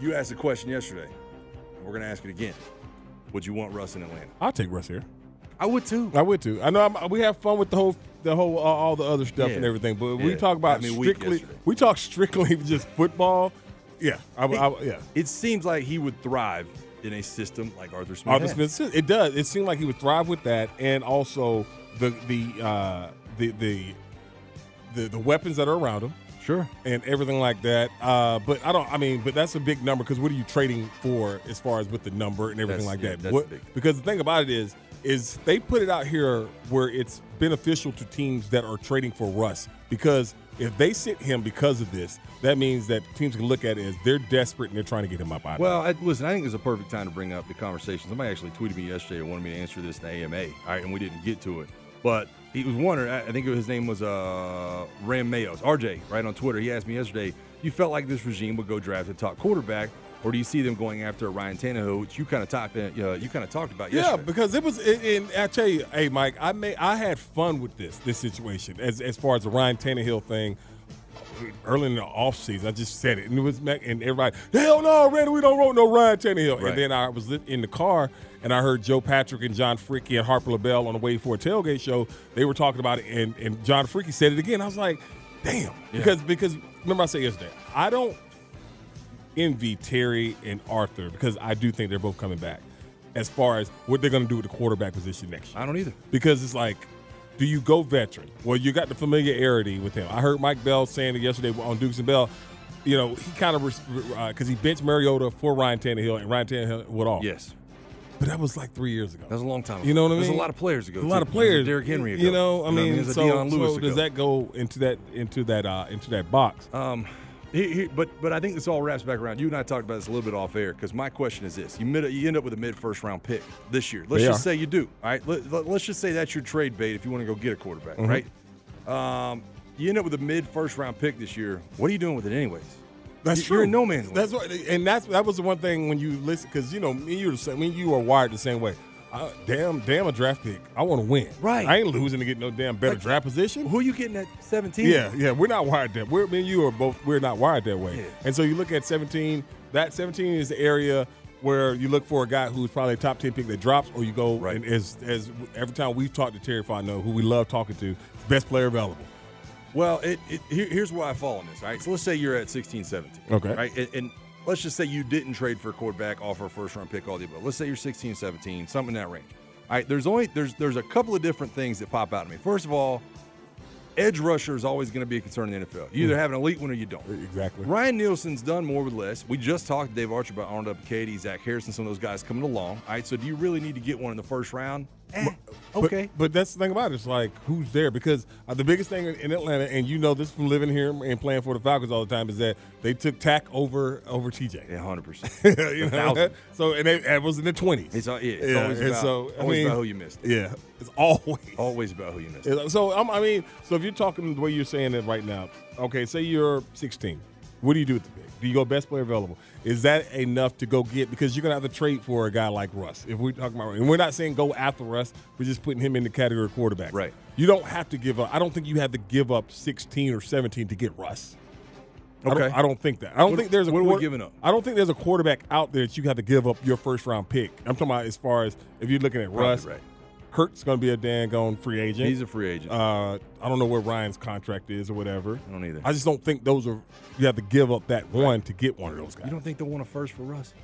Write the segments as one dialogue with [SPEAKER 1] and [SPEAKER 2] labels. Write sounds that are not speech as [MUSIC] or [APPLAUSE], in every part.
[SPEAKER 1] You asked a question yesterday. and We're going to ask it again. Would you want Russ in Atlanta?
[SPEAKER 2] I'll take Russ here.
[SPEAKER 1] I would too.
[SPEAKER 2] I would too. I know I'm, we have fun with the whole, the whole, uh, all the other stuff
[SPEAKER 1] Yeah.
[SPEAKER 2] and everything, but we
[SPEAKER 1] Yeah.
[SPEAKER 2] talk about
[SPEAKER 1] I mean, weak
[SPEAKER 2] strictly.
[SPEAKER 1] yesterday.
[SPEAKER 2] We talk strictly [LAUGHS] just football. Yeah, I, would- I, would- yeah.
[SPEAKER 1] It seems like he would thrive in a system like Arthur Smith.
[SPEAKER 2] Arthur
[SPEAKER 1] had.
[SPEAKER 2] Smith. It does. It seemed like he would thrive with that, and also the the uh, the, the the the weapons that are around him
[SPEAKER 3] Sure.
[SPEAKER 2] and everything like that. Uh, but I don't. I mean, but that's a big number because what are you trading for as far as with the number and everything
[SPEAKER 1] That's-
[SPEAKER 2] like
[SPEAKER 1] yeah,
[SPEAKER 2] that?
[SPEAKER 1] that's
[SPEAKER 2] What-
[SPEAKER 1] big.
[SPEAKER 2] because the thing about it is, is they put it out here where it's beneficial to teams that are trading for Russ because if they sit him because of this, that means that teams can look at it as they're desperate and they're trying to get him up out. of
[SPEAKER 1] Well, I, listen, I think it's a perfect time to bring up the conversation. Somebody actually tweeted me yesterday and wanted me to answer this in the AMA, all right, and we didn't get to it. But he was wondering, I I think his name was uh, Ram Mayos, RJ, right on Twitter. He asked me yesterday, you felt like this regime would go draft a top quarterback, or do you see them going after Ryan Tannehill, which you kind of talked, uh, you kind of talked about
[SPEAKER 2] Yeah,
[SPEAKER 1] yesterday?
[SPEAKER 2] because it was. And and I tell you, hey, Mike, I may I had fun with this this situation as as far as the Ryan Tannehill thing. Early in the offseason, I just said it, and it was Mac and everybody. Hell no, Randy, we don't want no Ryan Tannehill.
[SPEAKER 1] Right.
[SPEAKER 2] And then I was lit- in the car, and I heard Joe Patrick and John Fricke and Harper LaBelle on the way for a tailgate show. They were talking about it, and, and John Fricke said it again. I was like, damn, because because remember I said yesterday, I don't envy Terry and Arthur because I do think they're both coming back as far as what they're going to do with the quarterback position next year.
[SPEAKER 1] I don't either.
[SPEAKER 2] Because it's like, do you go veteran? Well, you got the familiarity with him. I heard Mike Bell saying it yesterday on Dukes and Bell. You know, he kind of because uh, he benched Mariota for Ryan Tannehill and Ryan Tannehill went off.
[SPEAKER 1] Yes,
[SPEAKER 2] but that was like three years ago.
[SPEAKER 1] that was a long time ago.
[SPEAKER 2] You know what I mean?
[SPEAKER 1] There's a lot of players ago.
[SPEAKER 2] A lot of players.
[SPEAKER 1] Derrick Henry ago.
[SPEAKER 2] You know, I
[SPEAKER 1] You know what I mean?
[SPEAKER 2] mean,
[SPEAKER 1] There's a
[SPEAKER 2] so,
[SPEAKER 1] Deion Lewis
[SPEAKER 2] so does
[SPEAKER 1] ago.
[SPEAKER 2] that go into that into that uh into that box?
[SPEAKER 1] Um, he, he, but but I think this all wraps back around. You and I talked about this a little bit off air because my question is this: you mid, you end up with a mid first round pick this year. Let's
[SPEAKER 2] They
[SPEAKER 1] just
[SPEAKER 2] are.
[SPEAKER 1] say you do. All right, let, let, us just say that's your trade bait if you want to go get a quarterback,
[SPEAKER 2] Mm-hmm.
[SPEAKER 1] right? Um, you end up with a mid first round pick this year. What are you doing with it, anyways?
[SPEAKER 2] That's
[SPEAKER 1] You-
[SPEAKER 2] true.
[SPEAKER 1] You're in no man's land.
[SPEAKER 2] That's what, and that's that was the one thing when you listen because you know me, you're the same. Me, and you are wired the same way. I, damn, damn a draft pick. I want to win.
[SPEAKER 1] Right.
[SPEAKER 2] I ain't losing to get no damn better
[SPEAKER 1] Like-
[SPEAKER 2] draft position.
[SPEAKER 1] Who are you getting at 17?
[SPEAKER 2] Yeah, yeah. We're not wired that. We're me and you are both. We're not wired that way.
[SPEAKER 1] Yeah.
[SPEAKER 2] And so you look at 17. That 17 is the area where you look for a guy who's probably a top 10 pick that drops, or you go
[SPEAKER 1] Right.
[SPEAKER 2] and as as every time we've talked to Terry Fontenot, who we love talking to, best player available.
[SPEAKER 1] Well, it, it here, here's where I fall on this. All right, so let's say you're at 16, 17.
[SPEAKER 2] Okay.
[SPEAKER 1] Right, and, and let's just say you didn't trade for a quarterback, offer a first round pick, all the above. Let's say you're 16, 17, something in that range. All right, there's only there's there's a couple of different things that pop out at me. First of all, edge rusher is always going to be a concern in the NFL. You either have an elite one or you don't.
[SPEAKER 2] Hmm. Exactly.
[SPEAKER 1] Ryan Nielsen's done more with less. We just talked to Dave Archer about Arnold Up Katie, Zach Harrison, some of those guys coming along. All right, so do you really need to get one in the first round? Eh,
[SPEAKER 2] But- [LAUGHS]
[SPEAKER 1] okay.
[SPEAKER 2] But, that's the thing about it. It's like who's there because uh, the biggest thing in Atlanta, and you know this from living here and playing for the Falcons all the time, is that they took Tack over over TJ.
[SPEAKER 1] yeah, 100%.
[SPEAKER 2] [LAUGHS] you know?
[SPEAKER 1] thousand.
[SPEAKER 2] So and they, that was in the twenties.
[SPEAKER 1] It's, all- yeah, it's always,
[SPEAKER 2] and
[SPEAKER 1] about,
[SPEAKER 2] so, I
[SPEAKER 1] always
[SPEAKER 2] mean,
[SPEAKER 1] about who you Oh, missed.
[SPEAKER 2] Yeah, it's always.
[SPEAKER 1] Always about who you miss.
[SPEAKER 2] Yeah, So um, I mean, so if you're talking the way you're saying it right now, okay, say you're 16. What do you do with the pick? Do you go best player available? Is that enough to go get? Because you're gonna have to trade for a guy like Russ. If we're talking about, and we're not saying go after Russ, we're just putting him in the category of quarterback.
[SPEAKER 1] Right.
[SPEAKER 2] You don't have to give up. I don't think you have to give up 16 or 17 to get Russ. I don't- I
[SPEAKER 1] Okay.
[SPEAKER 2] don't, think that. I don't
[SPEAKER 1] What-
[SPEAKER 2] think there's a
[SPEAKER 1] what are we
[SPEAKER 2] quarter-
[SPEAKER 1] giving up?
[SPEAKER 2] I don't think there's a quarterback out there that you have to give up your first round pick. I'm talking about as far as if you're looking at
[SPEAKER 1] Probably
[SPEAKER 2] Russ,
[SPEAKER 1] right.
[SPEAKER 2] Kurt's going to be a dang free agent.
[SPEAKER 1] He's a free agent.
[SPEAKER 2] uh, I don't know where Ryan's contract is or whatever.
[SPEAKER 1] I don't either.
[SPEAKER 2] I just don't think those are. You have to give up that one to get one of those guys.
[SPEAKER 1] you don't think they'll want a first for Russ?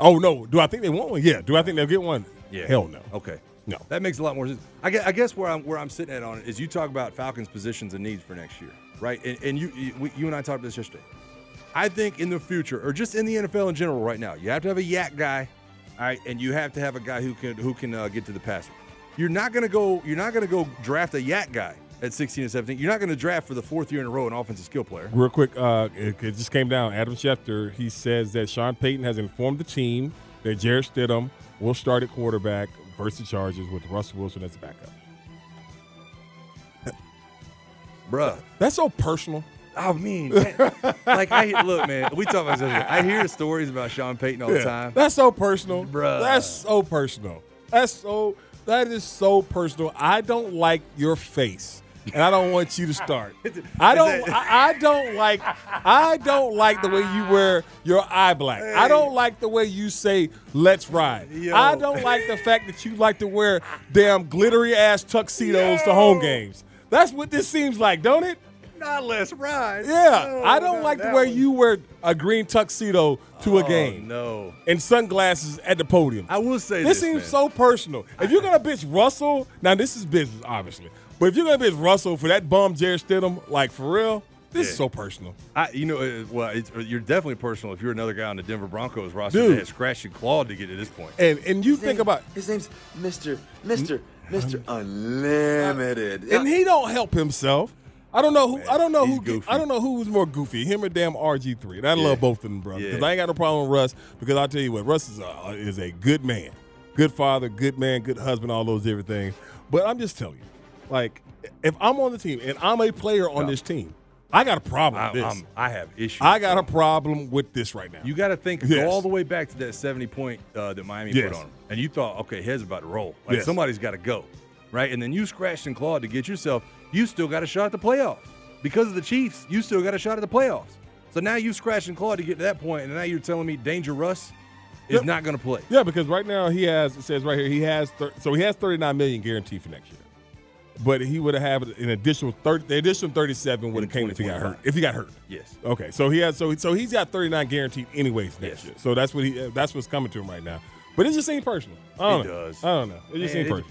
[SPEAKER 2] oh no, do I think they want one? Yeah. Do I think they'll get one? Hell no.
[SPEAKER 1] Okay.
[SPEAKER 2] No.
[SPEAKER 1] That makes a lot more sense. I guess, I guess where I'm where I'm sitting at on it is you talk about Falcons' positions and needs for next year, right? And, and you you we- you and I talked about this yesterday. I think in the future, or just in the NFL in general, right now, you have to have a yak guy, all right, and you have to have a guy who can who can uh, get to the passer. You're not gonna go. You're not gonna go draft a yak guy at 16 and 17. You're not gonna draft for the fourth year in a row an offensive skill player.
[SPEAKER 2] Real quick, uh, it, it just came down. Adam Schefter, he says that Sean Payton has informed the team that Jared Stidham will start at quarterback versus the Chargers with Russell Wilson as a backup.
[SPEAKER 1] Bruh,
[SPEAKER 2] That's so personal.
[SPEAKER 1] I mean, that- [LAUGHS] like I look, man. We talk about this. I hear stories about Sean Payton all the time.
[SPEAKER 2] That's so personal.
[SPEAKER 1] Bruh.
[SPEAKER 2] That's so personal. That's so that is so personal. I don't like your face. And I don't want you to start.
[SPEAKER 1] [LAUGHS]
[SPEAKER 2] I don't. I, I don't like. I don't like the way you wear your eye black. I don't like the way you say "Let's ride."
[SPEAKER 1] Yo.
[SPEAKER 2] I don't like the fact that you like to wear damn glittery ass tuxedos to home
[SPEAKER 1] Yo.
[SPEAKER 2] games. That's what this seems like, don't it?
[SPEAKER 1] Not less ride.
[SPEAKER 2] Yeah.
[SPEAKER 1] No,
[SPEAKER 2] I don't
[SPEAKER 1] not
[SPEAKER 2] like the
[SPEAKER 1] that
[SPEAKER 2] way
[SPEAKER 1] one.
[SPEAKER 2] you wear a green tuxedo to a
[SPEAKER 1] Oh,
[SPEAKER 2] game
[SPEAKER 1] No,
[SPEAKER 2] and sunglasses at the podium.
[SPEAKER 1] I will say this,
[SPEAKER 2] This seems
[SPEAKER 1] man.
[SPEAKER 2] so personal. If you're gonna bitch Russell, now this is business, obviously. But if you're gonna bitch Russell for that bum Jared Stidham, like for real, this is
[SPEAKER 1] Yeah.
[SPEAKER 2] so personal.
[SPEAKER 1] I, you know, uh, well, it's, uh, you're definitely personal if you're another guy on the Denver Broncos roster
[SPEAKER 2] Dude.
[SPEAKER 1] that has scratched and clawed to get to this point.
[SPEAKER 2] And and you think
[SPEAKER 4] name-
[SPEAKER 2] about,
[SPEAKER 4] his name's Mr. Mr. Mr. Unlimited.
[SPEAKER 2] and he don't help himself. I don't know who I don't know
[SPEAKER 1] he's
[SPEAKER 2] who get-
[SPEAKER 1] goofy.
[SPEAKER 2] I don't know who was more goofy, him or damn RG three. And I love both of them, brother, because
[SPEAKER 1] Yeah.
[SPEAKER 2] I ain't got no problem with Russ. Because I will tell you what, Russ is a, is a good man, good father, good man, good husband, all those different things. But I'm just telling you, like if I'm on the team and I'm a player on this team, I got a problem
[SPEAKER 1] I,
[SPEAKER 2] with this.
[SPEAKER 1] I'm, I have issues.
[SPEAKER 2] I got a problem with this right now.
[SPEAKER 1] You got to think
[SPEAKER 2] Yes.
[SPEAKER 1] go all the way back to that 70 point uh, that Miami
[SPEAKER 2] Yes.
[SPEAKER 1] put on him, and you thought, okay, head's about to roll. Like
[SPEAKER 2] Yes.
[SPEAKER 1] somebody's got to go, right? And then you scratched and clawed to get yourself. You still got a shot at the playoffs because of the Chiefs. You still got a shot at the playoffs. So now you scratched and clawed to get to that point, and now you're telling me Danger Russ is
[SPEAKER 2] Yep.
[SPEAKER 1] not going to play.
[SPEAKER 2] yeah, because right now he has it says right here he has thir- so he has 39 million guaranteed for next year. But he would have had an additional 30 the additional 37 would
[SPEAKER 1] In
[SPEAKER 2] have came if he got hurt.
[SPEAKER 1] 2025.
[SPEAKER 2] If he got hurt.
[SPEAKER 1] Yes.
[SPEAKER 2] Okay. So he has so so he's got 39 guaranteed anyways next
[SPEAKER 1] Yes.
[SPEAKER 2] year. So that's what he uh, that's what's coming to him right now. But it just seems personal. I don't
[SPEAKER 1] It
[SPEAKER 2] know.
[SPEAKER 1] does.
[SPEAKER 2] I don't know. It just
[SPEAKER 1] Man,
[SPEAKER 2] seems
[SPEAKER 1] it-
[SPEAKER 2] personal.